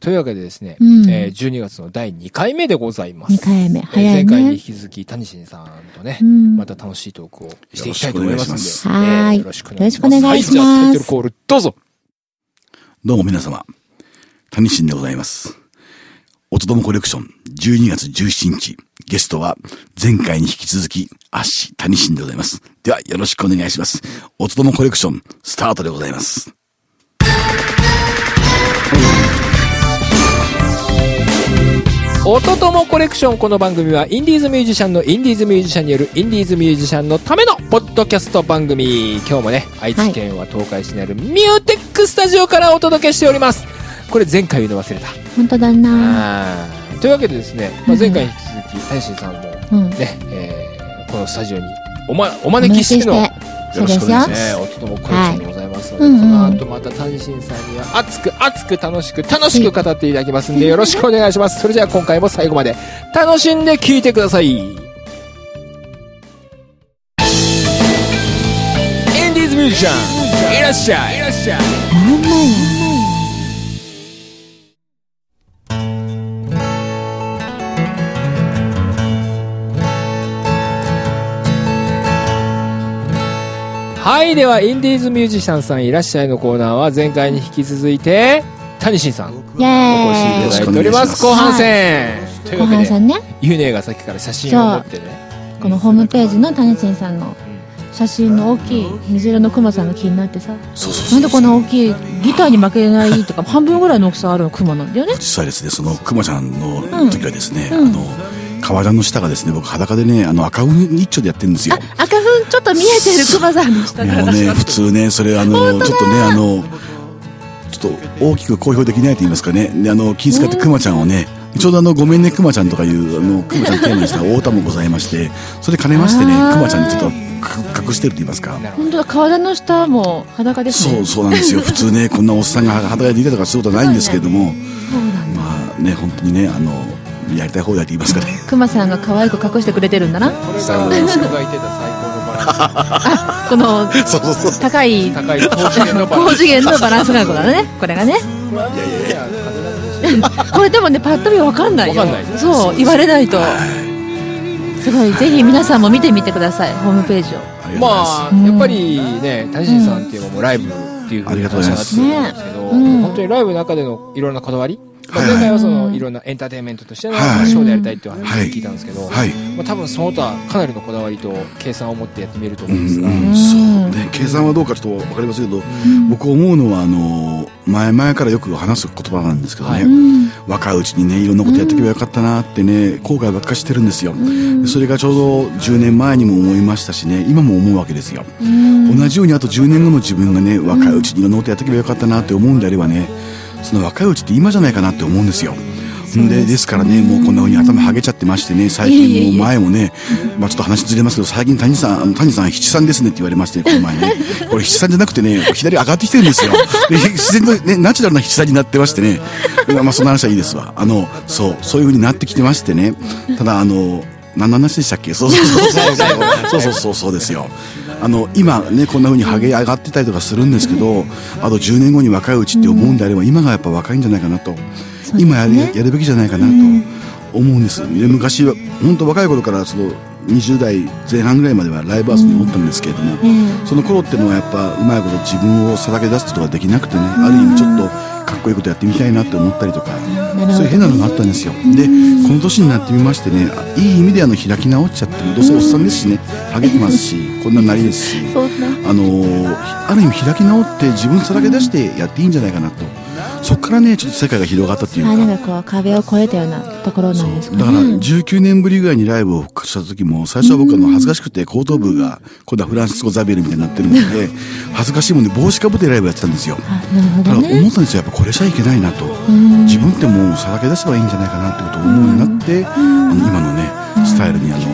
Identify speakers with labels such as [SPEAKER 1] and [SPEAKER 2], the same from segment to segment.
[SPEAKER 1] というわけでですね、
[SPEAKER 2] うん
[SPEAKER 1] えー12月の第2回目でございます。
[SPEAKER 2] 2回目。
[SPEAKER 1] えー
[SPEAKER 2] 早
[SPEAKER 1] 前
[SPEAKER 2] い
[SPEAKER 1] 回に引
[SPEAKER 2] ね。
[SPEAKER 1] き続き、谷新さんとね、
[SPEAKER 2] うん
[SPEAKER 1] また楽しいトークをしていきたいと思いますので、
[SPEAKER 2] は
[SPEAKER 1] えー
[SPEAKER 2] い
[SPEAKER 1] よろしくお願いします。
[SPEAKER 2] よろしくお願いします
[SPEAKER 1] はい、じゃあタイトルコール、どうぞ
[SPEAKER 3] どうも皆様、谷新でございます。おとどもコレクション、12月17日、ゲストは、前回に引き続き、アッシー谷新でございます。では、よろしくお願いします。おとどもコレクション、スタートでございます。
[SPEAKER 1] おとともコレクションこの番組はインディーズミュージシャンのインディーズミュージシャンによるインディーズミュージシャンのためのポッドキャスト番組今日もね愛知県は東海市にあるミューテックスタジオからお届けしておりますこれ前回言うの忘れた
[SPEAKER 2] 本当だな。
[SPEAKER 1] あーというわけでですね、まあ、前回に引き続き大臣さんもね、
[SPEAKER 2] うん。
[SPEAKER 1] えーこのスタジオにお,、ま、お招きしての
[SPEAKER 2] お招きしてそうですよ。
[SPEAKER 3] よろしくお願いしま
[SPEAKER 1] ね、おとともコレクションでございますので、
[SPEAKER 2] はい
[SPEAKER 1] こ
[SPEAKER 2] うん
[SPEAKER 1] の
[SPEAKER 2] うん
[SPEAKER 1] 後また単身さんには熱く熱く楽しく楽しく語っていただきますんでよろしくお願いしますそれじゃあ今回も最後まで楽しんで聴いてくださいインディーズミュージシャンいらっしゃい
[SPEAKER 2] なんなんや。
[SPEAKER 1] はいではインディーズミュージシャンさんいらっしゃいのコーナーは前回に引き続いて谷新さん
[SPEAKER 2] イ
[SPEAKER 1] お越しい
[SPEAKER 2] ェ
[SPEAKER 1] た
[SPEAKER 2] ー
[SPEAKER 1] だいております
[SPEAKER 3] よ
[SPEAKER 1] 後
[SPEAKER 3] ろしくお願い
[SPEAKER 1] 半
[SPEAKER 3] します
[SPEAKER 1] 戦、と
[SPEAKER 2] イ
[SPEAKER 1] いう
[SPEAKER 2] 後
[SPEAKER 1] わけ
[SPEAKER 2] 半
[SPEAKER 1] で
[SPEAKER 2] 戦ね、
[SPEAKER 1] ユネがさっきから写真を持ってね
[SPEAKER 2] このホームページの種新さんの写真の大きい水色のクマさんが気になってさ、
[SPEAKER 3] そうそう
[SPEAKER 2] な
[SPEAKER 3] そ
[SPEAKER 2] ん
[SPEAKER 3] う。
[SPEAKER 2] でこんな大きいギターに負けない とか、半分ぐらいの大きさあるクマなんだよね。
[SPEAKER 3] 実際ですね、その、熊ちゃんの
[SPEAKER 2] うん
[SPEAKER 3] 時はですね、
[SPEAKER 2] うん
[SPEAKER 3] あの、革ジャンの下がですね、僕裸でね、あの、赤ウニッチョでやってるんですよ。
[SPEAKER 2] あ、赤粉ちょっと見えてるクマさんの下から
[SPEAKER 3] もうね、普通ね、それあの、ちょっとね、あの、ちょっと大きく公表できないと言いますかね、であの気遣ってクマちゃんをね、ちょうどあの、ごめんね、クマちゃんとかいう、あの、クマちゃんテーマにした太田もございまして、それ兼ねましてね、
[SPEAKER 2] あー
[SPEAKER 3] クマちゃんにちょっとく隠してると言いますか。
[SPEAKER 1] なるほど
[SPEAKER 2] 本当だ、体の下も裸ですね。
[SPEAKER 3] そう、そうなんですよ。普通ね、こんなおっさんが働いていたりとかすることはないんですけれども、
[SPEAKER 2] そうなんだ。
[SPEAKER 3] まあね、本当にね、あの、やりたい放題と言いますかね。
[SPEAKER 2] クマさんが可愛く隠してくれてるんだな。
[SPEAKER 1] これが僕が言ってた最高のバランス
[SPEAKER 2] この
[SPEAKER 3] そうそうそう。
[SPEAKER 2] 高い
[SPEAKER 1] 高い高次元のバラン
[SPEAKER 2] 高
[SPEAKER 1] ス
[SPEAKER 2] 次元のバランス感覚だねこれがねこれでもねパッと見わかんないよ
[SPEAKER 1] わかんない
[SPEAKER 2] そう言われないとすごいぜひ皆さんも見てみてくださいホームページを
[SPEAKER 3] ありがとうございます。
[SPEAKER 1] まあやっぱりね谷新さんっていうのはもうライブっていうふうに話がってるんですけど、
[SPEAKER 2] うんうん
[SPEAKER 1] 本当にライブの中でのいろんなこだわり、まあ
[SPEAKER 3] はい
[SPEAKER 1] 前回はそのいろんなエンターテインメントとしてのシ
[SPEAKER 3] はい
[SPEAKER 1] ョーでやりたいっていう話を聞いたんですけど、
[SPEAKER 3] はい。
[SPEAKER 1] まあ、多分その他かなりのこだわりと計算を持ってやってみると
[SPEAKER 3] う
[SPEAKER 1] 思うんですが、
[SPEAKER 3] ん、うん、そうね計算はどうかちょっと分かりませんけど、僕思うのはあの前々からよく話す言葉なんですけどね、
[SPEAKER 1] はい
[SPEAKER 2] うん
[SPEAKER 3] 若いうちにねいろんなことやっていけばよかったなってね後悔ばっかしてるんですよ、でそれがちょうど10年前にも思いましたしね今も思うわけですよ、
[SPEAKER 2] うん
[SPEAKER 3] 同じようにあと10年後の自分がね若いうちにいろんなことやっていけばよかったなって思うんであればねその若いうちって今じゃないかなって思うんですよんでですからねもうこんな風に頭はげちゃってましてね最
[SPEAKER 2] いえいえ
[SPEAKER 3] 近
[SPEAKER 2] いえ
[SPEAKER 3] もう前もねまあちょっと話ずれますけど最近谷さんあの谷さん七三ですねって言われましてこの前ねこれ七三じゃなくてね左上がってきてるんですよで自然とねナチュラルな七三になってましてねまあまあその話はいいですわあのそうそういう風になってきてましてねただあの何の話でしたっけそうそうそうそうそうそうそうそうそうですよあの今ねこんな風にハゲ上がってたりとかするんですけどあと10年後に若いうちって思うんであれば今がやっぱ若いんじゃないかなと、
[SPEAKER 2] そうですね
[SPEAKER 3] 今やるやるべきじゃないかなと思うんです、で昔は本当若い頃からその20代前半ぐらいまではライブハウスにおったんですけれども、
[SPEAKER 2] うん
[SPEAKER 3] その頃ってのはやっぱうまいこと自分をさらけ出すことができなくてね、ある意味ちょっとかっこいいことやってみたいなって思ったりとか、
[SPEAKER 2] ほど
[SPEAKER 3] そういう変なのがあったんですよでこの年になってみましてねあいい意味であの開き直っちゃってどうせおっさんですしねハゲてますしこんななりですし
[SPEAKER 2] そうね
[SPEAKER 3] あのーある意味開き直って自分さらけ出してやっていいんじゃないかなとそこからねちょっと世界が広がったっていう
[SPEAKER 2] あな
[SPEAKER 3] か
[SPEAKER 2] んかこう壁を越えたようなところなんです
[SPEAKER 3] そう
[SPEAKER 2] か
[SPEAKER 3] だから
[SPEAKER 2] ね
[SPEAKER 3] 19年ぶりぐらいにライブを復活した時も最初は僕あの恥ずかしくて後頭部が今度はフランシスコ・ザビエルみたいになってるもんで恥ずかしいもんで帽子かぶってライブやってたんですよ
[SPEAKER 2] あなるほ
[SPEAKER 3] た
[SPEAKER 2] ど
[SPEAKER 3] だ
[SPEAKER 2] ね
[SPEAKER 3] 思ったんですよやっぱこれじゃいけないなと
[SPEAKER 2] うん
[SPEAKER 3] 自分ってもうさらけ出せばいいんじゃないかなってことを思うようになってあの今のねスタイルにあの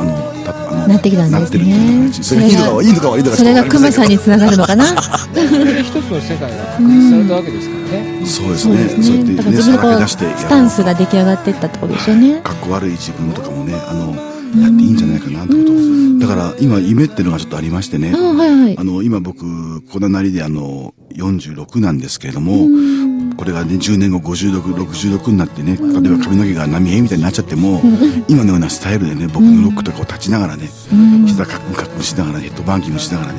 [SPEAKER 3] あのたあの
[SPEAKER 2] なってきたんですね
[SPEAKER 3] なってるっていう感じそれがいいのかはいいのか悪いのか
[SPEAKER 2] それがクマさん
[SPEAKER 3] に
[SPEAKER 2] につながるのかな
[SPEAKER 1] 一つの世界が確立されたわけですからね、
[SPEAKER 3] そうです
[SPEAKER 2] そう
[SPEAKER 3] ね
[SPEAKER 2] です
[SPEAKER 3] そうやっ
[SPEAKER 2] ね
[SPEAKER 3] て
[SPEAKER 2] だから
[SPEAKER 3] ね
[SPEAKER 2] 自
[SPEAKER 3] さ
[SPEAKER 2] 分のこ
[SPEAKER 3] らけ
[SPEAKER 2] う
[SPEAKER 3] 出して
[SPEAKER 2] スタンスが出来上がっていったってことですよね
[SPEAKER 3] かっこ悪い自分とかもねあのやっていいんじゃないかなってことだから今夢っていうのがちょっとありましてね、
[SPEAKER 2] あはいはい
[SPEAKER 3] あの今僕こんななりであの46なんですけれども、これがね10年後5666になってね例えば髪の毛が波平みたいになっちゃっても今のようなスタイルでね僕のロックとかを立ちながらね膝カックンカックンしながらヘッドバンキングしながらね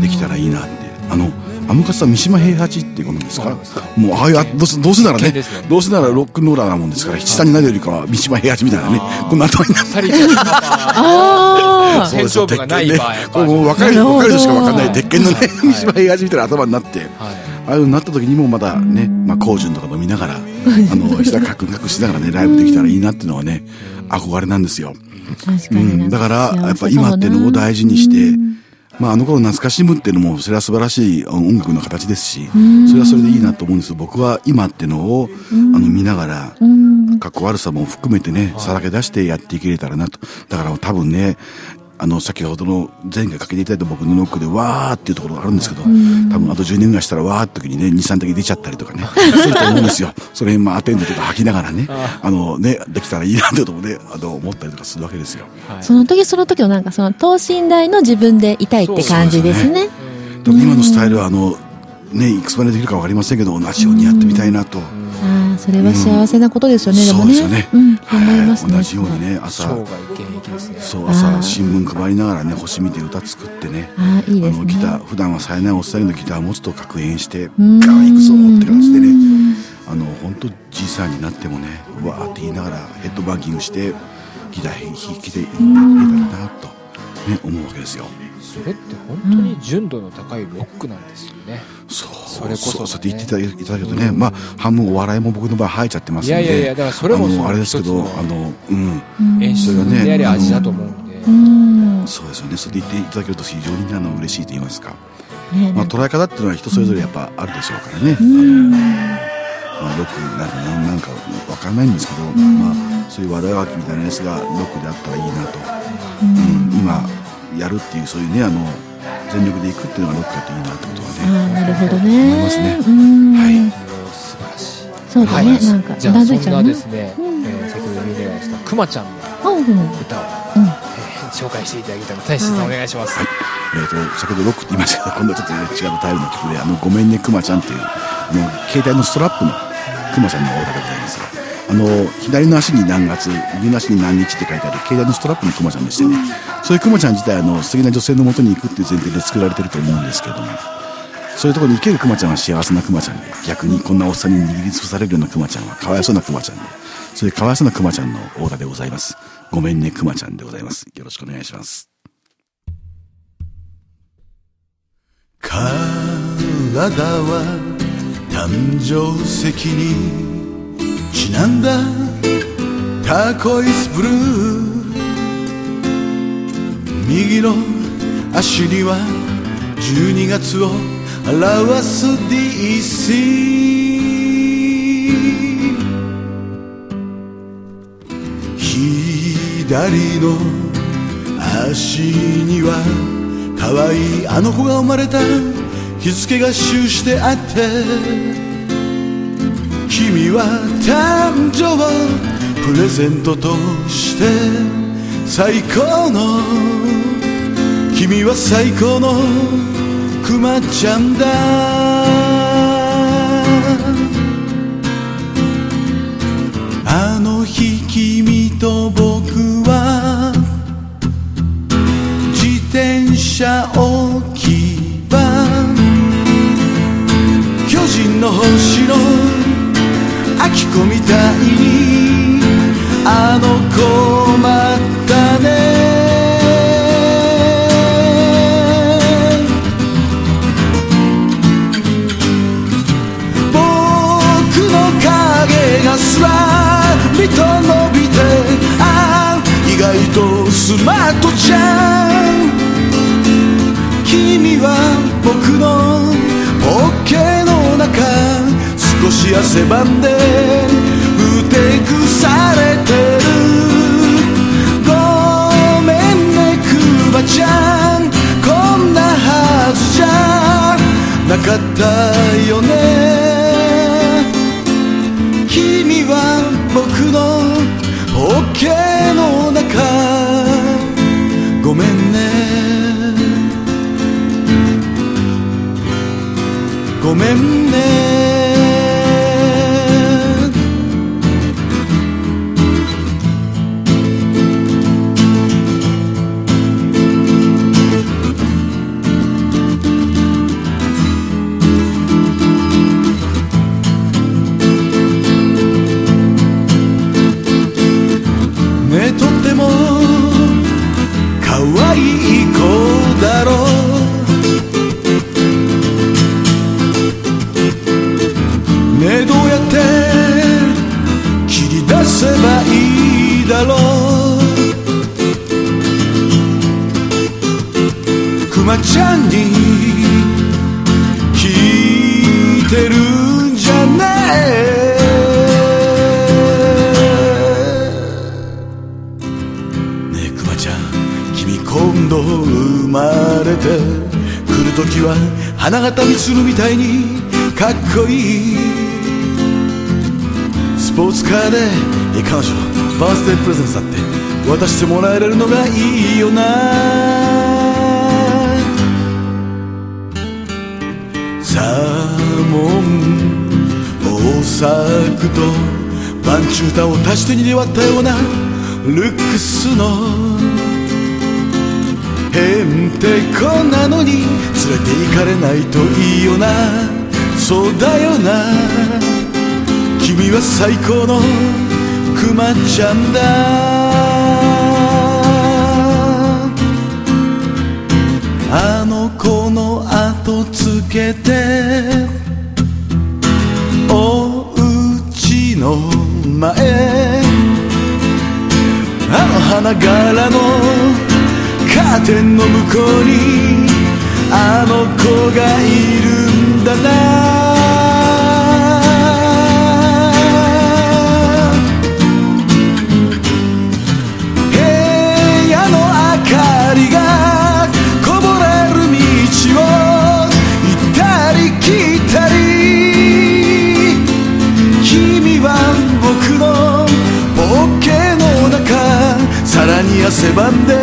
[SPEAKER 3] できたらいいなってあのアムカツさん三島平八ってごめんですかもうああいうあどうせどうせならね
[SPEAKER 1] 一見ですね
[SPEAKER 3] どうせならロックンローラーなもんですから七三になるよりかは三島平八みたいなね
[SPEAKER 1] あー
[SPEAKER 3] こんな頭になって
[SPEAKER 1] サリーちゃんのパパ
[SPEAKER 2] あ
[SPEAKER 1] 戦勝負がない場合
[SPEAKER 3] これ もう若い
[SPEAKER 2] なるほど
[SPEAKER 3] 若い人しかわかんない鉄拳のね
[SPEAKER 1] はい
[SPEAKER 3] 三島平八みたいな頭になって。
[SPEAKER 1] はい
[SPEAKER 3] ああいうのになった時にもまだね、まあ、高順とか飲みながら、あの、 膝カクンカクンしながらね、ライブできたらいいなっていうのはね、憧れなんですよ。
[SPEAKER 2] あ確か
[SPEAKER 3] う
[SPEAKER 2] に
[SPEAKER 3] ん。だから、やっぱ今っていうのを大事にして、まあ、あの頃懐かしむっていうのも、それは素晴らしい音楽の形ですし、それはそれでいいなと思うんですよ。僕は今っていうのを、あの、見ながら、かっこ悪さも含めてね、さらけ出してやっていけれたらなと。だから多分ね、あの、先ほどの前回かけていただいた僕のノックでわーっていうところがあるんですけど、多分あと10年ぐらいしたらわーって時にね、2、3滴出ちゃったりとかね、すると思うんですよ。 それ辺、まあ、アテンドとか吐きながらね、あのね、できたらいいなってこともね、あの、思ったりとかするわけですよ。
[SPEAKER 1] はい
[SPEAKER 2] その時その時のなんかその等身大の自分でいたいって感じですね。
[SPEAKER 3] でも今のスタイルは、あの、ね、いくつまでできるかわかりませんけど、同じようにやってみたいなと。
[SPEAKER 2] ああ、それは幸せなことですよね、で
[SPEAKER 3] そ
[SPEAKER 2] も
[SPEAKER 3] うで
[SPEAKER 2] ね。
[SPEAKER 3] すよね。
[SPEAKER 2] うん、思
[SPEAKER 3] はい
[SPEAKER 2] いますね。
[SPEAKER 3] 同じようにね、
[SPEAKER 1] 生
[SPEAKER 3] 朝
[SPEAKER 1] 涯、現役ですね
[SPEAKER 3] そう、
[SPEAKER 2] あー
[SPEAKER 3] 朝、新聞配りながらね、星見て歌作ってね。
[SPEAKER 2] ああ、いい
[SPEAKER 3] あ
[SPEAKER 2] です
[SPEAKER 3] の
[SPEAKER 2] ね。
[SPEAKER 3] ギター普段は冴えないおっさんのギターを持つと確変してガ
[SPEAKER 2] うん
[SPEAKER 3] ーンいくぞって感じでねあの本当じいさんになってもねわーって言いながらヘッドバンキングしてギター弾きでいけたらなと、ね、思うわけですよ
[SPEAKER 1] それって本当に純度の高いロックなんですよね、
[SPEAKER 3] そう
[SPEAKER 1] それこそね
[SPEAKER 3] そうそうって言っていただいたけどね、まあ半分お笑いも僕の場合生えちゃってますんで
[SPEAKER 1] いやいやいやだからそれも
[SPEAKER 3] あ
[SPEAKER 1] そ
[SPEAKER 3] の
[SPEAKER 1] の
[SPEAKER 3] あれですけど
[SPEAKER 1] 一つの
[SPEAKER 3] あのうん
[SPEAKER 1] 演出であり味だと思うんで、
[SPEAKER 2] うん。
[SPEAKER 3] そうですよねそれで言っていただけると非常にあの嬉しいと言いますか、
[SPEAKER 2] ね
[SPEAKER 3] ま
[SPEAKER 2] な
[SPEAKER 3] あ、
[SPEAKER 2] んか
[SPEAKER 3] 捉え方っていうのは人それぞれやっぱあるでしょうからね、
[SPEAKER 2] うん
[SPEAKER 3] まあ、ロックなんかななんかわかんないんですけど、まあ、そういう和田楽器みたいなやつがロックであったらいいなと、うん、今やるっていうそういうねあの全力でいくっていうのがロックだといいなってことは
[SPEAKER 2] あ
[SPEAKER 3] ね、
[SPEAKER 2] あ、なるほどね。
[SPEAKER 3] 思いますね
[SPEAKER 2] うん。
[SPEAKER 3] はい
[SPEAKER 1] もう素晴らしい
[SPEAKER 2] そうだ
[SPEAKER 1] は
[SPEAKER 2] ね、
[SPEAKER 1] い
[SPEAKER 2] なんか、う
[SPEAKER 1] じゃあ
[SPEAKER 2] なず
[SPEAKER 1] そ
[SPEAKER 2] いち
[SPEAKER 1] ん
[SPEAKER 2] ゃ
[SPEAKER 1] な
[SPEAKER 2] うね
[SPEAKER 1] ですね、
[SPEAKER 2] うん
[SPEAKER 1] えー先ほど見願いしたくまちゃんの
[SPEAKER 2] うんうん。
[SPEAKER 1] 歌を、
[SPEAKER 2] うん
[SPEAKER 1] えー紹介していただけたら大志さんお願いします、
[SPEAKER 3] えー、と先ほどロックって言いましたけど今度はちょっと、ね、違うタイルの曲で「あのごめんねくまちゃん」っていうあの携帯のストラップのくまちゃんの歌でございますあの左の足に何月右の足に何日って書いてある携帯のストラップのくまちゃんでしてねそういうくまちゃん自体あの素敵な女性のもとに行くっていう前提で作られてると思うんですけどもそういうところに行けるクマちゃんは幸せなクマちゃんで逆にこんなおっさんに握りつぶされるようなクマちゃんはかわいそうなクマちゃんでそういうかわいそうなクマちゃんのオーダーでございますごめんねクマちゃんでございますよろしくお願いします
[SPEAKER 4] 体は誕生石にちなんだタコイスブルー右の足には12月を表す DC 左の足には可愛いあの子が生まれた日付が終してあって君は誕生をプレゼントとして最高の君は最高のクマちゃんだあの日君と僕は自転車置き場巨人の星のアキコみたいにあの子またね僕の影がすらりと伸びて
[SPEAKER 3] ah,
[SPEAKER 4] ああ意外とスマートじゃん君は僕のオッケーの中少し汗ばんでふてくされてるごめんねクマちゃんこんなはずじゃなかったよね君は僕のオッケーの中ごめんねごめんね
[SPEAKER 3] ないだろうクマちゃんに聞いてるんじゃねえねえクマちゃん君今度生まれてくる時は花形みつるみたいにかっこいいスポーツカーでえ彼女バースデープレゼントだって渡してもらえるのがいいよなサーモン大作と晩中歌を足してにで割ったようなルックスのへんてこなのに連れて行かれないといいよなそうだよな君は最高のクマちゃんだあの子の後つけてお家の前あの花柄のカーテンの向こうにあの子がいるんだな部屋の明かりがこぼれる道を行ったり来たり君は僕のポッケの中さらに汗ばんで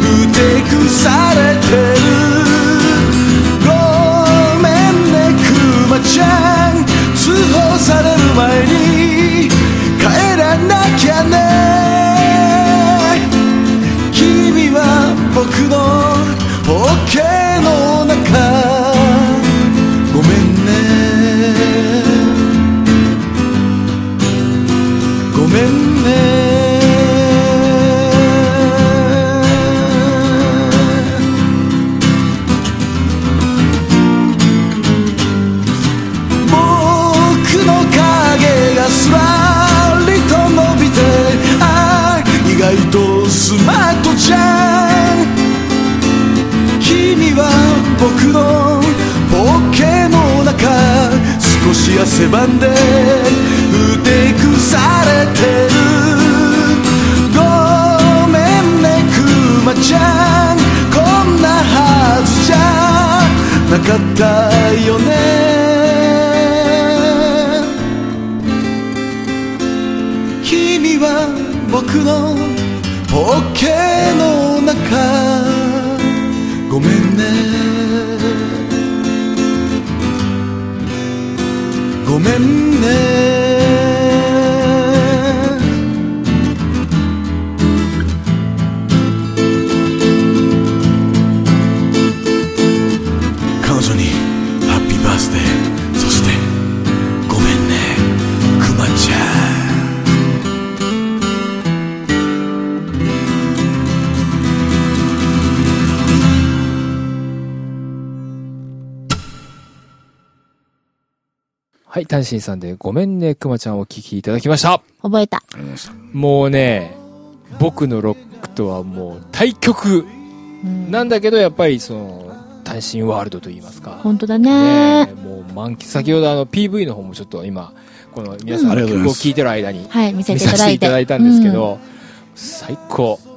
[SPEAKER 3] ふてくされてるごめんねクマちゃん通報される前に帰らなきゃね君は僕のポッケの中ごめんねごめんね僕の影がすらりと伸びてああ意外とスマートじゃん君は僕のポッケの中少し汗ばんでふてくされてるごめんねクマちゃんこんなはずじゃなかったよね君は僕のポッケの中ごめんねごめんね彼女にハッピーバースデーそしてごめんねクマちゃん
[SPEAKER 1] はい、単身さんでごめんね、くまちゃんをお聞きいただきました。
[SPEAKER 2] 覚えた。
[SPEAKER 5] ありがとうございました
[SPEAKER 1] もうね、僕のロックとはもう対極
[SPEAKER 2] うん
[SPEAKER 1] なんだけど、やっぱりその、単身ワールドと言いますか。
[SPEAKER 2] 本当だね
[SPEAKER 1] ねえもう満喫。先ほどあの PV の方もちょっと今、この皆さん
[SPEAKER 5] うんあり
[SPEAKER 1] の
[SPEAKER 5] がとうござい
[SPEAKER 1] 曲
[SPEAKER 5] ま
[SPEAKER 1] を
[SPEAKER 5] す
[SPEAKER 1] 聴いてる間に
[SPEAKER 2] はい、見せ
[SPEAKER 1] 見
[SPEAKER 2] ていた
[SPEAKER 1] させ
[SPEAKER 2] だ
[SPEAKER 1] て
[SPEAKER 2] い
[SPEAKER 1] い
[SPEAKER 2] て。
[SPEAKER 1] ただいたんですけど、最高。
[SPEAKER 2] うん。ね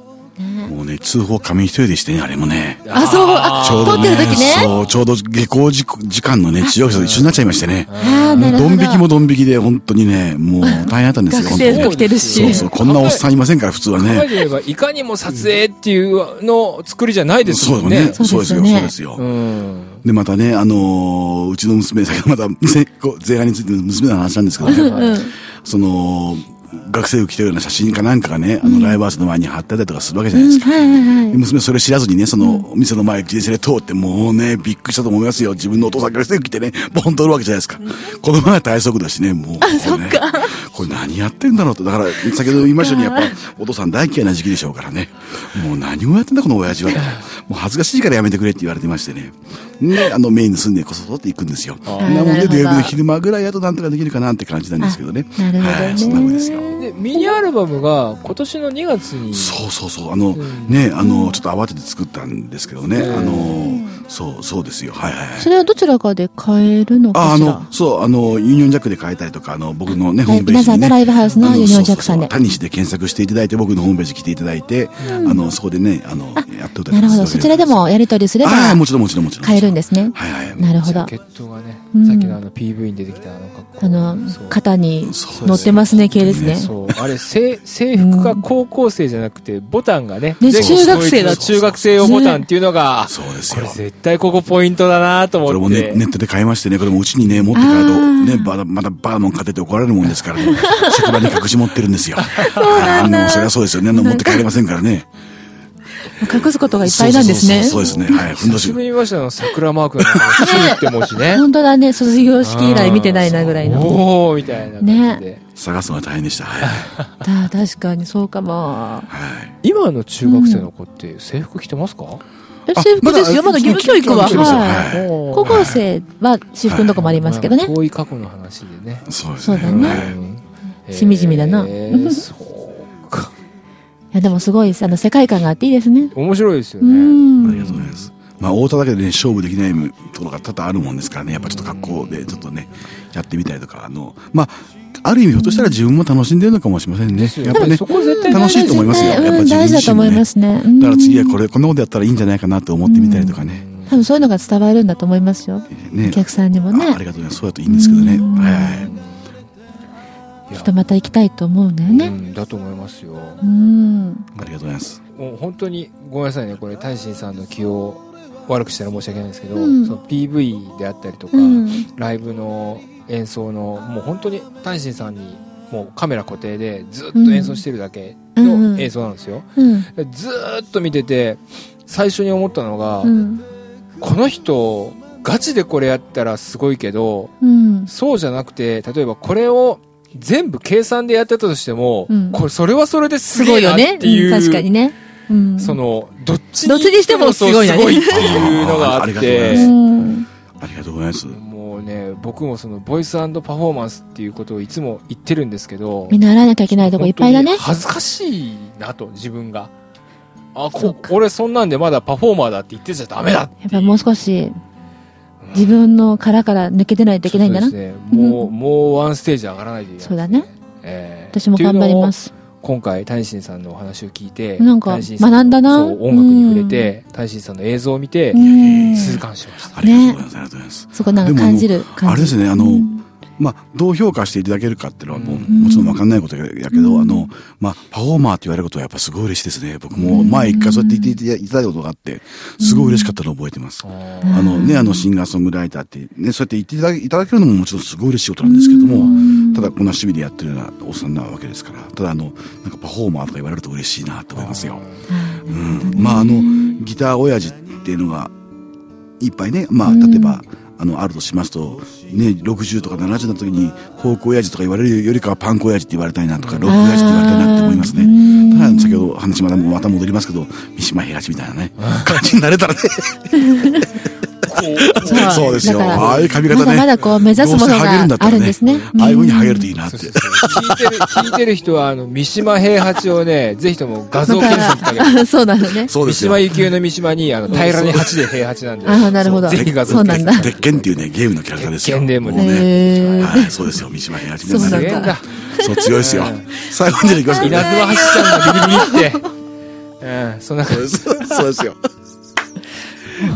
[SPEAKER 5] もうね通報紙一重でしてねあれもね
[SPEAKER 2] あそうあ
[SPEAKER 5] ちょうど
[SPEAKER 2] 撮ってる時ね
[SPEAKER 5] そう、ちょうど下校時時間のね、地上車と一緒になっちゃいましてね。
[SPEAKER 2] ああ、なるほ
[SPEAKER 5] ド
[SPEAKER 2] ど。
[SPEAKER 5] ン引きもドン引きで、本当にね、もう大変だったんですよ、
[SPEAKER 2] 学
[SPEAKER 5] 本
[SPEAKER 2] 生
[SPEAKER 5] 当
[SPEAKER 2] 服
[SPEAKER 5] に
[SPEAKER 2] 着てるし
[SPEAKER 5] そうそう、こんなおっさんいませんから、普通は
[SPEAKER 1] 考え
[SPEAKER 5] ね。
[SPEAKER 1] てみれば、いかにも撮影っていうの作りじゃないです
[SPEAKER 5] そ
[SPEAKER 1] も
[SPEAKER 5] うんね、
[SPEAKER 1] ね。
[SPEAKER 5] そうですよ、
[SPEAKER 2] そうですよね
[SPEAKER 5] そうです
[SPEAKER 1] う
[SPEAKER 5] よ。
[SPEAKER 1] ん。
[SPEAKER 5] で、またね、あのーうちの娘、先ほどまた、前 こう前半についての娘の話なんですけどね、
[SPEAKER 2] うん。
[SPEAKER 5] その、学生服着てるような写真かなんかがね、あの、ライブハウスの前に貼ってあったりとかするわけじゃないですか。
[SPEAKER 2] はいはいはい。
[SPEAKER 5] 娘それ知らずにね、その、お店の前、自転車で通って、もうね、びっくりしたと思いますよ。自分のお父さんからしてきてね、ボンとおるわけじゃないですか。この前は体速だしね、もう。あ、そっか。これ何やってんだろうと。だから、先ほど言いましたように、やっぱ、お父さん大嫌いな時期でしょうからね。もう何をやってんだ、この親父は。もう恥ずかしいからやめてくれって言われてましてね。
[SPEAKER 3] で、あの、メインに住んでこそそって行くんですよ。
[SPEAKER 1] あ
[SPEAKER 2] ー
[SPEAKER 3] なの
[SPEAKER 2] なる
[SPEAKER 3] で、
[SPEAKER 2] ほど
[SPEAKER 3] 土曜日の昼間ぐらいやとなんとかできるかなって感じなんですけどね。
[SPEAKER 2] なるほどね
[SPEAKER 3] はい、そんなもんですよ。
[SPEAKER 1] でミニアルバムが今年の2月に
[SPEAKER 3] そうそうそう。あの、
[SPEAKER 1] ん
[SPEAKER 3] ね、あの、ちょっと慌てて作ったんですけどね。
[SPEAKER 1] うん
[SPEAKER 3] あの、そう、そうですよ。はいはいはい。
[SPEAKER 2] それはどちらかで買えるの
[SPEAKER 3] あ、
[SPEAKER 2] か
[SPEAKER 3] あ
[SPEAKER 2] し
[SPEAKER 3] の
[SPEAKER 2] ら、
[SPEAKER 3] そう、あの、ユニオンジャックで買えたりとか、あの、僕のね、
[SPEAKER 2] い
[SPEAKER 3] ホームページに、ね。
[SPEAKER 2] 皆さんねライブハウスの
[SPEAKER 3] あ
[SPEAKER 2] ユニオンジャックさんで
[SPEAKER 3] そうそうそうタニシで検索していただいて、僕のホームページ来ていただいて、あの、そこでね、あの、やっておいたり
[SPEAKER 2] なるほど。そちらでもやり取りすれば
[SPEAKER 3] ああ、もちろんもちろんもちろん。
[SPEAKER 2] 買えるんですね。
[SPEAKER 3] はいはい。
[SPEAKER 2] なるほ
[SPEAKER 1] ジャ
[SPEAKER 2] ど。
[SPEAKER 1] ケットがね、
[SPEAKER 2] うん
[SPEAKER 1] さっきのあの PV に出てきたあの格好
[SPEAKER 2] あの
[SPEAKER 1] そう、
[SPEAKER 2] 肩に
[SPEAKER 3] そう
[SPEAKER 2] 乗ってますね、系ですね。
[SPEAKER 1] そうあれ制制服が高校生じゃなくてボタンがね
[SPEAKER 2] ね
[SPEAKER 1] 全国
[SPEAKER 2] 中学生だ
[SPEAKER 1] 統一の中学生用ボタンっていうのが
[SPEAKER 3] そうです
[SPEAKER 1] こ
[SPEAKER 3] よ
[SPEAKER 1] れ。絶対ここポイントだなと思
[SPEAKER 3] これも
[SPEAKER 1] っ
[SPEAKER 3] ね
[SPEAKER 1] て、
[SPEAKER 3] ネットで買いましてね、これもうちにね、持って帰ると、ね、まだ、まだバーモン買ってて怒られるもんですから ね、職場に隠し持ってるんですよ。あの、それはそうですよね。あの、持って帰れませんからね。
[SPEAKER 2] 隠すことがいっぱいなんですね。
[SPEAKER 3] そうそうそうそうですね。はい。ふんど
[SPEAKER 1] 久
[SPEAKER 3] し
[SPEAKER 1] しぶりに見ましたよ桜マークの「って文字ね
[SPEAKER 2] 本当だね、卒業式以来見てないなぐらいの。
[SPEAKER 1] おおみたいな感じで
[SPEAKER 3] 探すのは大変でした。はい。
[SPEAKER 2] だ確かにそうかも。
[SPEAKER 3] はい。
[SPEAKER 1] 今の中学生の子って制服着てますか
[SPEAKER 2] え、
[SPEAKER 3] あ
[SPEAKER 2] 制服ですよ。ま
[SPEAKER 3] ま
[SPEAKER 2] だ
[SPEAKER 3] だ
[SPEAKER 2] 義務教育は。
[SPEAKER 3] 義務教育は
[SPEAKER 2] はい
[SPEAKER 3] い
[SPEAKER 1] おー
[SPEAKER 2] 高校生は私服のとこもありますけどね
[SPEAKER 1] まあ。遠い過去の話でね
[SPEAKER 3] そうですね。
[SPEAKER 2] そうだね
[SPEAKER 3] はい
[SPEAKER 1] うん
[SPEAKER 2] しみじみだな
[SPEAKER 1] えーそうか
[SPEAKER 2] いや、でもすごい、あの、世界観があっていいですね。
[SPEAKER 1] 面白いですよ
[SPEAKER 2] う
[SPEAKER 1] ね
[SPEAKER 3] ありがとうご
[SPEAKER 2] ん。
[SPEAKER 3] ざいます。まあ、太田だけでね、勝負できないところが多々あるもんですからね、やっぱちょっと格好で、ちょっとね、やってみたりとか、あの、まあ、ある意味ひょっとしたら自分も楽しんでるのかもしれませんね。やっぱね、
[SPEAKER 1] そこ絶対
[SPEAKER 3] 楽しいと思いますよ。やっぱ
[SPEAKER 2] うん、
[SPEAKER 3] 自分
[SPEAKER 2] 大事
[SPEAKER 3] 自
[SPEAKER 2] だ
[SPEAKER 3] 身
[SPEAKER 2] と
[SPEAKER 3] も
[SPEAKER 2] 思いま
[SPEAKER 3] ね。
[SPEAKER 2] すね。
[SPEAKER 3] だから次は
[SPEAKER 2] うん
[SPEAKER 3] これ、こんなことやったらいいんじゃないかなと思ってみたりとかね。
[SPEAKER 2] 多分そういうのが伝わるんだと思いますよ。お
[SPEAKER 3] ね。
[SPEAKER 2] 客さんにも
[SPEAKER 3] ああ
[SPEAKER 2] ね
[SPEAKER 3] り。がとうございます。そうだといいんですけどね。
[SPEAKER 2] うん
[SPEAKER 3] はいはい。
[SPEAKER 1] いや
[SPEAKER 2] きっとまた行きたいと思うんだよ
[SPEAKER 1] う
[SPEAKER 2] ね。
[SPEAKER 1] んだと思いますよ
[SPEAKER 2] うん。
[SPEAKER 3] ありがとうございます。
[SPEAKER 1] もう本当にごめんなさいねこれ大臣さんの気を悪くしたら申し訳ないんですけど、
[SPEAKER 2] うん
[SPEAKER 1] その PV であったりとか、
[SPEAKER 2] うん。
[SPEAKER 1] ライブの演奏のもう本当に大臣さんにもうカメラ固定でずっと演奏してるだけ
[SPEAKER 2] うんう
[SPEAKER 1] の
[SPEAKER 2] ん
[SPEAKER 1] 演奏なんですよ、
[SPEAKER 2] うん。
[SPEAKER 1] ずーっと見てて最初に思ったのが、
[SPEAKER 2] うん。
[SPEAKER 1] この人ガチでこれやったらすごいけど
[SPEAKER 2] うん。
[SPEAKER 1] そうじゃなくて例えばこれを全部計算でやってたとしても、
[SPEAKER 2] うん
[SPEAKER 1] これそれはそれです
[SPEAKER 2] す
[SPEAKER 1] げ
[SPEAKER 2] ご
[SPEAKER 1] え
[SPEAKER 2] い
[SPEAKER 1] な
[SPEAKER 2] よ
[SPEAKER 1] っ
[SPEAKER 2] ね。
[SPEAKER 1] ていう
[SPEAKER 2] うん確かにね。うん。
[SPEAKER 1] そのどっち
[SPEAKER 2] どっちにしてもすごいなね
[SPEAKER 1] そうすごいっていうのがあっ
[SPEAKER 3] あーあ
[SPEAKER 1] て
[SPEAKER 3] り
[SPEAKER 2] う
[SPEAKER 3] がと
[SPEAKER 2] ん。
[SPEAKER 3] ありがとうございます。
[SPEAKER 1] もうね僕もそのボイスパフォーマンスっていうことをいつも言ってるんですけど
[SPEAKER 2] 見習わなきゃいけないとこいっぱいだね
[SPEAKER 1] 本当に。恥ずかしいなと自分があ
[SPEAKER 2] そ
[SPEAKER 1] こ
[SPEAKER 2] うか
[SPEAKER 1] 俺そんなんでまだパフォーマーだって言ってちゃダメだって
[SPEAKER 2] やっぱもう少し、自分の殻から抜けてないといけないんだな。
[SPEAKER 1] そうですねもう、もうワンステージ上がらないといけない
[SPEAKER 2] そうだね。
[SPEAKER 1] えー
[SPEAKER 2] 私も頑張りま。
[SPEAKER 1] っていうのを
[SPEAKER 2] す。
[SPEAKER 1] 今回、タニシンさんのお話を聞いて、
[SPEAKER 2] なんか
[SPEAKER 1] タニシンさの
[SPEAKER 2] 学んだな
[SPEAKER 1] そう音楽に触れて、タニシンさんの映像を見て
[SPEAKER 2] う、ん。
[SPEAKER 1] 痛感しました。
[SPEAKER 3] ありがとうございます。ありがとうございます。
[SPEAKER 2] そこなんか感じる感じ。
[SPEAKER 3] あれですね、あの、
[SPEAKER 2] うん
[SPEAKER 3] まあ、どう評価していただけるかっていうのはもう、
[SPEAKER 2] ん
[SPEAKER 3] もちろんわかんないことやけど、
[SPEAKER 2] うん
[SPEAKER 3] あの、まあ、パフォーマーって言われることはやっぱすごい嬉しいですね。僕も前一回そうやって言っていただいたことがあって、すごい嬉しかったのを覚えてます。
[SPEAKER 1] あ
[SPEAKER 3] あのね、あのシンガーソングライターって、ね、そうやって言っていただいただけるのももちろんすごい嬉しいことなんですけども、ただこんな趣味でやってるようなおっさんなわけですから、ただあの、なんかパフォーマーとか言われると嬉しいなと思いますよ。うんまああのギター親父っていうのがいっぱいねまあ例えば、あのあるとしますと、ね、60とか70の時にフォーク親父とか言われるよりかはパンク親父って言われたいなとかロック親父って言われたいなって思います
[SPEAKER 2] あ
[SPEAKER 3] ねただ先ほど話またまた戻りますけど三島平地みたいな ね感じになれたらね そうですよ
[SPEAKER 2] だから
[SPEAKER 3] ああいう髪
[SPEAKER 2] ま
[SPEAKER 3] 型
[SPEAKER 2] だ
[SPEAKER 3] ね
[SPEAKER 2] まだこう目指すものがあるんですね。
[SPEAKER 3] ああいうふうにハゲるといいなって
[SPEAKER 1] そうそうそう聞いてる、聞いてる人は、あの、三島平八をね、ぜひとも画像
[SPEAKER 2] ま
[SPEAKER 1] 検索かけて、
[SPEAKER 2] た、 そうなのね。
[SPEAKER 3] そう
[SPEAKER 1] 三
[SPEAKER 3] です
[SPEAKER 1] 島
[SPEAKER 3] よ
[SPEAKER 1] 由紀夫の三島に、あの、平らに八で平八なんで。
[SPEAKER 2] ああ、なるほど。
[SPEAKER 1] ぜひ画像
[SPEAKER 2] そうなんだ。
[SPEAKER 3] 鉄拳っていうねゲームのキャラクターですよ
[SPEAKER 1] 鉄拳でもね
[SPEAKER 3] う
[SPEAKER 2] へー
[SPEAKER 3] はいそうですよ三島平地みた
[SPEAKER 2] そ
[SPEAKER 3] いうな
[SPEAKER 2] なん
[SPEAKER 1] すげえん
[SPEAKER 2] だ
[SPEAKER 1] だ。
[SPEAKER 3] そう強いで すよ
[SPEAKER 1] うん
[SPEAKER 3] 最後までいきますけど
[SPEAKER 1] 稲
[SPEAKER 3] ね
[SPEAKER 1] 妻八ちゃんがビリビリって。うん、そんな感じ。
[SPEAKER 3] そうですよ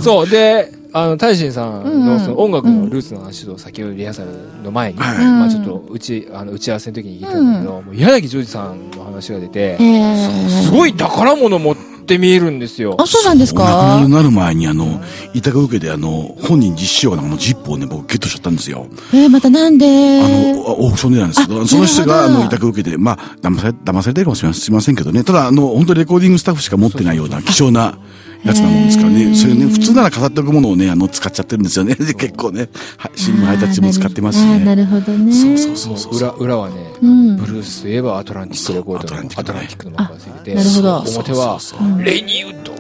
[SPEAKER 1] そう、で、あの、大臣さん
[SPEAKER 2] うんうん
[SPEAKER 1] のその音楽のルーツの話を先ほどリハーサルの前に、
[SPEAKER 3] はい
[SPEAKER 1] まあちょっと打ち、あの、打ち合わせの時に聞いたんだけど、もう柳ジョージさんの話が出て、
[SPEAKER 2] え
[SPEAKER 1] すごい宝物持って見えるんですよ
[SPEAKER 2] あ、。そうなんです
[SPEAKER 3] お亡くなり
[SPEAKER 2] か
[SPEAKER 3] になる前に、あの、委託を受けて、あの、本人実施用のあのジップをね、僕ゲットしちゃったんですよ。
[SPEAKER 2] えー、またなんで
[SPEAKER 3] あの、あオークションでなんですけど、
[SPEAKER 2] あ
[SPEAKER 3] その人が、
[SPEAKER 2] なる
[SPEAKER 3] あ
[SPEAKER 2] ほど
[SPEAKER 3] の、委託を受けて、まあ、騙され、騙されてるかもしれましませんけどね。ただ、あの、本当にレコーディングスタッフしか持ってないような貴重なやつなもんですから
[SPEAKER 2] へー
[SPEAKER 3] ね。それね、普通なら飾っておくものをね、あの、使っちゃってるんですよね。で結構ね、はい新聞配達も使ってますし
[SPEAKER 2] あーな
[SPEAKER 3] ね。
[SPEAKER 2] るほどね。
[SPEAKER 3] そうそうそう
[SPEAKER 1] も
[SPEAKER 3] そうう。
[SPEAKER 1] 裏、裏はね、
[SPEAKER 2] うん
[SPEAKER 1] ブルースといえばアトランティックレコードの
[SPEAKER 3] そう
[SPEAKER 1] ア
[SPEAKER 3] ア
[SPEAKER 1] ト
[SPEAKER 3] ト
[SPEAKER 1] ラ
[SPEAKER 3] ラ
[SPEAKER 1] ン
[SPEAKER 3] ン
[SPEAKER 1] テ
[SPEAKER 3] テ
[SPEAKER 1] ィッ
[SPEAKER 3] ィ
[SPEAKER 1] ク
[SPEAKER 3] ック
[SPEAKER 1] の
[SPEAKER 3] のね
[SPEAKER 1] 幕がついてて、
[SPEAKER 2] あなるほど
[SPEAKER 1] 表は
[SPEAKER 3] そうそうそう
[SPEAKER 1] レニウッド、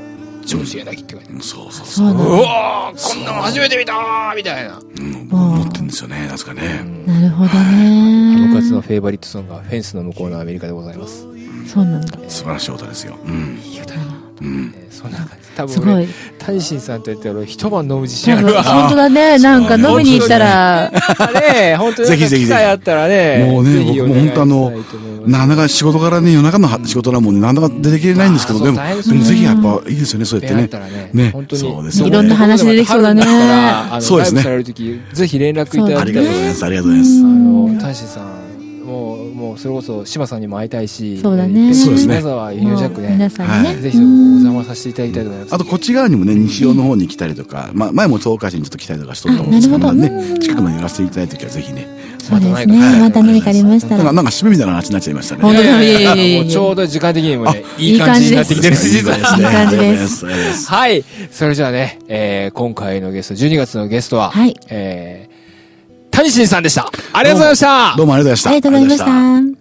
[SPEAKER 1] 上州柳って書いてある。
[SPEAKER 3] そうそうそう。
[SPEAKER 2] そう
[SPEAKER 1] う
[SPEAKER 2] なんだ
[SPEAKER 1] わーこんなの初めて見たーみたいな。
[SPEAKER 3] うん、僕も持ってるんですよね、確かね。
[SPEAKER 2] なるほ
[SPEAKER 1] 僕
[SPEAKER 2] ど
[SPEAKER 1] たち
[SPEAKER 2] ね
[SPEAKER 1] のフェイバリットソングはフェンスの向こうのアメリカでございます。
[SPEAKER 2] そうなんだ
[SPEAKER 3] 素晴らしい歌ですよ。うん。
[SPEAKER 1] いい歌だな。
[SPEAKER 3] うん。
[SPEAKER 1] ねそんな感じ。多
[SPEAKER 2] す
[SPEAKER 1] 分
[SPEAKER 2] ご
[SPEAKER 1] 俺
[SPEAKER 2] い、
[SPEAKER 1] 谷ンさんと言ったら俺一晩飲む自信
[SPEAKER 2] 多
[SPEAKER 1] あ
[SPEAKER 2] 分
[SPEAKER 1] るわ。
[SPEAKER 2] 本当だねなんか飲みに行ったら
[SPEAKER 1] ね本当に。
[SPEAKER 3] ぜひぜひぜひ
[SPEAKER 1] 機会あったらね。
[SPEAKER 3] もうね
[SPEAKER 1] ぜひお願いしたいと思います
[SPEAKER 3] なかなか仕事からね、夜中の仕事からもうね、なかなか出てきれないんですけど、
[SPEAKER 1] うん
[SPEAKER 3] でも、
[SPEAKER 1] あーそう大変です
[SPEAKER 3] で
[SPEAKER 1] ね
[SPEAKER 3] もぜひやっぱいいですよね、そうやって
[SPEAKER 1] 出会っ
[SPEAKER 3] ね
[SPEAKER 1] た。らね、
[SPEAKER 3] ね
[SPEAKER 1] 本当に。
[SPEAKER 3] そうですよ
[SPEAKER 2] いろんな話出てきそうだね
[SPEAKER 1] 春からあの
[SPEAKER 3] そうですね
[SPEAKER 1] ライブされる時ぜひ連絡いた
[SPEAKER 3] あ
[SPEAKER 1] だ
[SPEAKER 3] り
[SPEAKER 1] き
[SPEAKER 3] が
[SPEAKER 1] たい
[SPEAKER 3] とう
[SPEAKER 1] です
[SPEAKER 3] ございます。ありがとうございます。
[SPEAKER 1] あの、大志さん、もう、もう、それこそ、柴さんにも会いたいし、
[SPEAKER 2] そうだね
[SPEAKER 3] そうですね
[SPEAKER 1] 皆さんは、ユニオンジャック
[SPEAKER 2] もう皆
[SPEAKER 1] ね、
[SPEAKER 2] さんね、
[SPEAKER 3] は
[SPEAKER 1] ぜひ、お邪魔させていただきたいと思います。
[SPEAKER 3] あと、こっち側にもね、西尾の方に来たりとか、まあ、前も東海市にちょっと来たりとかしとったもんですけ
[SPEAKER 2] あ
[SPEAKER 3] ど、
[SPEAKER 2] なるほどう
[SPEAKER 3] ね、
[SPEAKER 2] ん
[SPEAKER 3] 近くまで寄らせていただいた時はぜひね。
[SPEAKER 2] そうです
[SPEAKER 1] は
[SPEAKER 2] ね
[SPEAKER 1] い
[SPEAKER 2] また何かありました
[SPEAKER 3] なんからなんか締めみたいな話になっちゃいました
[SPEAKER 2] 本
[SPEAKER 3] ね。
[SPEAKER 2] 当
[SPEAKER 1] いや
[SPEAKER 2] だ
[SPEAKER 1] いやいや
[SPEAKER 2] いやいやいや
[SPEAKER 1] もうちょうど時間的にもね、い
[SPEAKER 2] い
[SPEAKER 1] い
[SPEAKER 2] い
[SPEAKER 1] 感
[SPEAKER 2] 感
[SPEAKER 1] じに
[SPEAKER 2] じで
[SPEAKER 1] なって
[SPEAKER 2] す
[SPEAKER 1] きてる
[SPEAKER 3] いい
[SPEAKER 1] 実は
[SPEAKER 2] すねいい感じです
[SPEAKER 3] す。ありがとうございます。
[SPEAKER 1] はい。それじゃあね、えー、今回のゲスト、12月のゲストは、
[SPEAKER 2] はい
[SPEAKER 1] えー、谷新さんでした。ありがとうございました
[SPEAKER 3] どうもありがとうござ
[SPEAKER 2] あ
[SPEAKER 3] い
[SPEAKER 2] り
[SPEAKER 3] ま
[SPEAKER 2] が
[SPEAKER 3] した。
[SPEAKER 2] とうございました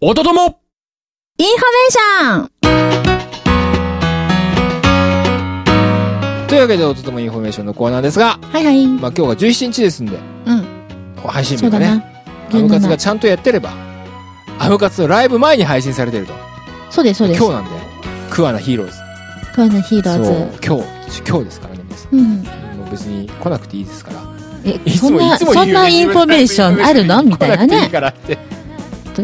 [SPEAKER 2] インフ
[SPEAKER 3] あ
[SPEAKER 2] ォメ
[SPEAKER 1] おととも
[SPEAKER 2] ーション
[SPEAKER 1] というわけで、おとともインフォメーションのコーナーですが、
[SPEAKER 2] はいはい
[SPEAKER 1] まあ今日が17日ですんで、
[SPEAKER 2] うん
[SPEAKER 1] 配信
[SPEAKER 2] そ
[SPEAKER 1] 日
[SPEAKER 2] う
[SPEAKER 1] が
[SPEAKER 2] だ
[SPEAKER 1] ね、
[SPEAKER 2] な
[SPEAKER 1] アムカツがちゃんとやってれば、アムカツのライブ前に配信されてると。
[SPEAKER 2] そうですそうです
[SPEAKER 1] 今日なんで、桑名ヒーローズ。
[SPEAKER 2] 今日のヒーロー
[SPEAKER 1] そう
[SPEAKER 2] ズ、
[SPEAKER 1] 今日、今日ですからね、皆さ
[SPEAKER 2] うん
[SPEAKER 1] ん。もう別に来なくていいですから。
[SPEAKER 2] え
[SPEAKER 1] いつも
[SPEAKER 2] そんない
[SPEAKER 1] つも言
[SPEAKER 2] そ
[SPEAKER 1] うん
[SPEAKER 2] なインフォメーションあるのみたいな
[SPEAKER 1] 来くていい
[SPEAKER 2] ね
[SPEAKER 1] からって。
[SPEAKER 2] ど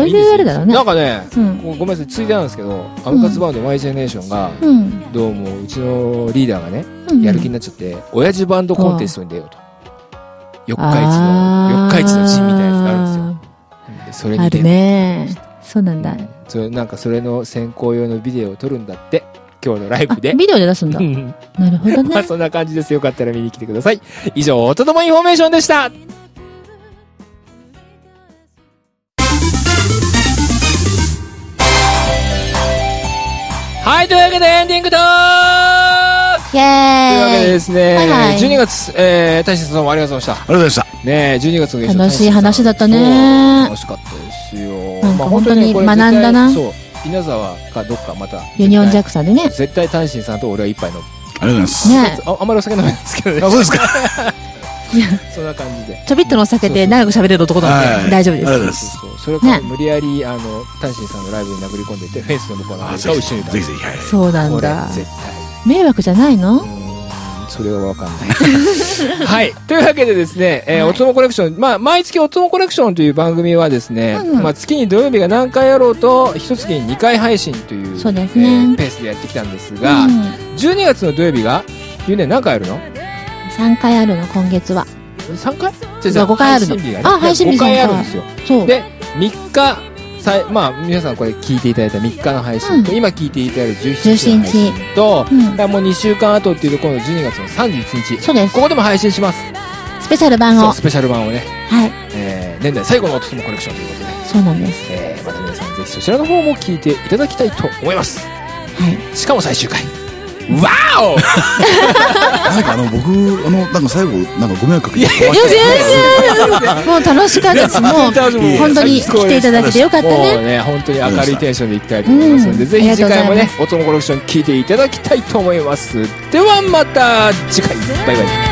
[SPEAKER 2] ういうあれだろうね
[SPEAKER 1] なんかね、
[SPEAKER 2] うん
[SPEAKER 1] ごめんなさい、ついでなんですけど、アムカツバンド YGNation が、
[SPEAKER 2] うん
[SPEAKER 1] どうもうちのリーダーがね、
[SPEAKER 2] うん
[SPEAKER 1] やる気になっちゃって、親父バンドコンテストに出ようと。四日市の、四日市の陣みたいなやつがあるんですよ。でそれ
[SPEAKER 2] あ
[SPEAKER 1] に出
[SPEAKER 2] る
[SPEAKER 1] る
[SPEAKER 2] ねそうなんだ
[SPEAKER 1] それなんかそれの選考用のビデオを撮るんだって今日のライ
[SPEAKER 2] あ
[SPEAKER 1] ブで
[SPEAKER 2] ビデオで出すんだ
[SPEAKER 1] うん
[SPEAKER 2] なるほ ど
[SPEAKER 1] まあ
[SPEAKER 2] ね
[SPEAKER 1] そんな感じですよかったら見に来てください以上「おとともインフォメーション」でしたはいというわけでエンディングトーク
[SPEAKER 2] イ
[SPEAKER 1] というわけで
[SPEAKER 2] エーイ
[SPEAKER 1] ですね、
[SPEAKER 2] はいはい
[SPEAKER 1] 12月、えー、大志さんどうもありがとうございまし
[SPEAKER 3] りがとうございました。
[SPEAKER 1] た。ねえ12月の月
[SPEAKER 2] 楽しい話だったね
[SPEAKER 1] 楽しかったですよ。
[SPEAKER 2] なんか
[SPEAKER 1] まあ
[SPEAKER 2] 本当に
[SPEAKER 1] これ絶対
[SPEAKER 2] 学んだな
[SPEAKER 1] そう。稲沢かどっかまた。
[SPEAKER 2] ユニオンジャッ
[SPEAKER 1] ク。
[SPEAKER 2] クさんでね
[SPEAKER 1] 絶対単身さんと俺は一杯飲む。
[SPEAKER 3] ありがとうございます。
[SPEAKER 2] ね
[SPEAKER 1] ああんまりお酒飲めないですけどね。
[SPEAKER 3] あ、そうですか。
[SPEAKER 1] そんな感じで。
[SPEAKER 2] ちょびっとのお酒で長く喋れる男なん
[SPEAKER 3] は
[SPEAKER 2] で
[SPEAKER 3] い
[SPEAKER 2] 大丈夫で
[SPEAKER 3] ありがとうござい
[SPEAKER 2] す
[SPEAKER 1] そう
[SPEAKER 3] ま
[SPEAKER 1] そ
[SPEAKER 3] す
[SPEAKER 1] うそう。それから
[SPEAKER 2] ね
[SPEAKER 1] 無理やり、あの、単身さんのライブに殴り込んでいって、フェンスの向こうの
[SPEAKER 3] あ
[SPEAKER 1] 話
[SPEAKER 3] ぜ
[SPEAKER 1] を
[SPEAKER 3] ひ
[SPEAKER 1] 一緒に
[SPEAKER 3] ぜ
[SPEAKER 1] 歌う
[SPEAKER 3] ひぜひ、はい。
[SPEAKER 2] そうなん
[SPEAKER 1] これ
[SPEAKER 2] だ
[SPEAKER 1] 絶対。
[SPEAKER 2] 迷惑じゃないうの
[SPEAKER 1] ーんそれはわかんない。はい。というわけでですね、えー、おつもコレクション、まあ、毎月おつもコレクションという番組はですね、
[SPEAKER 2] うんうん
[SPEAKER 1] まあ、月に土曜日が何回やろうと、一月に2回配信という
[SPEAKER 2] そうですね
[SPEAKER 1] えーペースでやってきたんですが、
[SPEAKER 2] うん
[SPEAKER 1] 12月の土曜日が、ゆうね何回あるの
[SPEAKER 2] 3回あるの今月は
[SPEAKER 1] ?3 回
[SPEAKER 2] うわ五回ある
[SPEAKER 1] 配
[SPEAKER 2] の
[SPEAKER 1] 信日がね
[SPEAKER 2] あ配信日
[SPEAKER 1] 5回
[SPEAKER 2] 三回
[SPEAKER 1] あるんですよ。
[SPEAKER 2] そう
[SPEAKER 1] で、3日、さいまあ、皆さんこれ聞いていただいた3日の配信と、
[SPEAKER 2] う
[SPEAKER 1] 今聞いていただいた17日の配信と、
[SPEAKER 2] うん
[SPEAKER 1] だからもう2週間後っていうと、今度12月の31日。
[SPEAKER 2] そうです
[SPEAKER 1] ここでも配信します。
[SPEAKER 2] スペシャル版
[SPEAKER 1] そ
[SPEAKER 2] を
[SPEAKER 1] う、スペシャル版をね、
[SPEAKER 2] はい
[SPEAKER 1] えー、年内最後のおとてもコレクションということで、
[SPEAKER 2] そうなんです
[SPEAKER 1] えー、また皆さんぜひそちらの方も聞いていただきたいと思います。
[SPEAKER 2] はい
[SPEAKER 1] しかも最終回。わーお
[SPEAKER 3] なんかあの、僕、あの、なんか最後、なんかご迷惑かけて。
[SPEAKER 2] いや全然もう楽しかったですもう本当に来ていただけてよかった
[SPEAKER 1] もう
[SPEAKER 2] ね
[SPEAKER 1] ね、本当に明るいテンションでいきたいと思いますので、
[SPEAKER 2] うん
[SPEAKER 1] ぜひ次回も
[SPEAKER 2] ありがとうござい
[SPEAKER 1] ね
[SPEAKER 2] ま、
[SPEAKER 1] おともコレクション聞いていただきたいと思います。ではまた次回、バイバイ。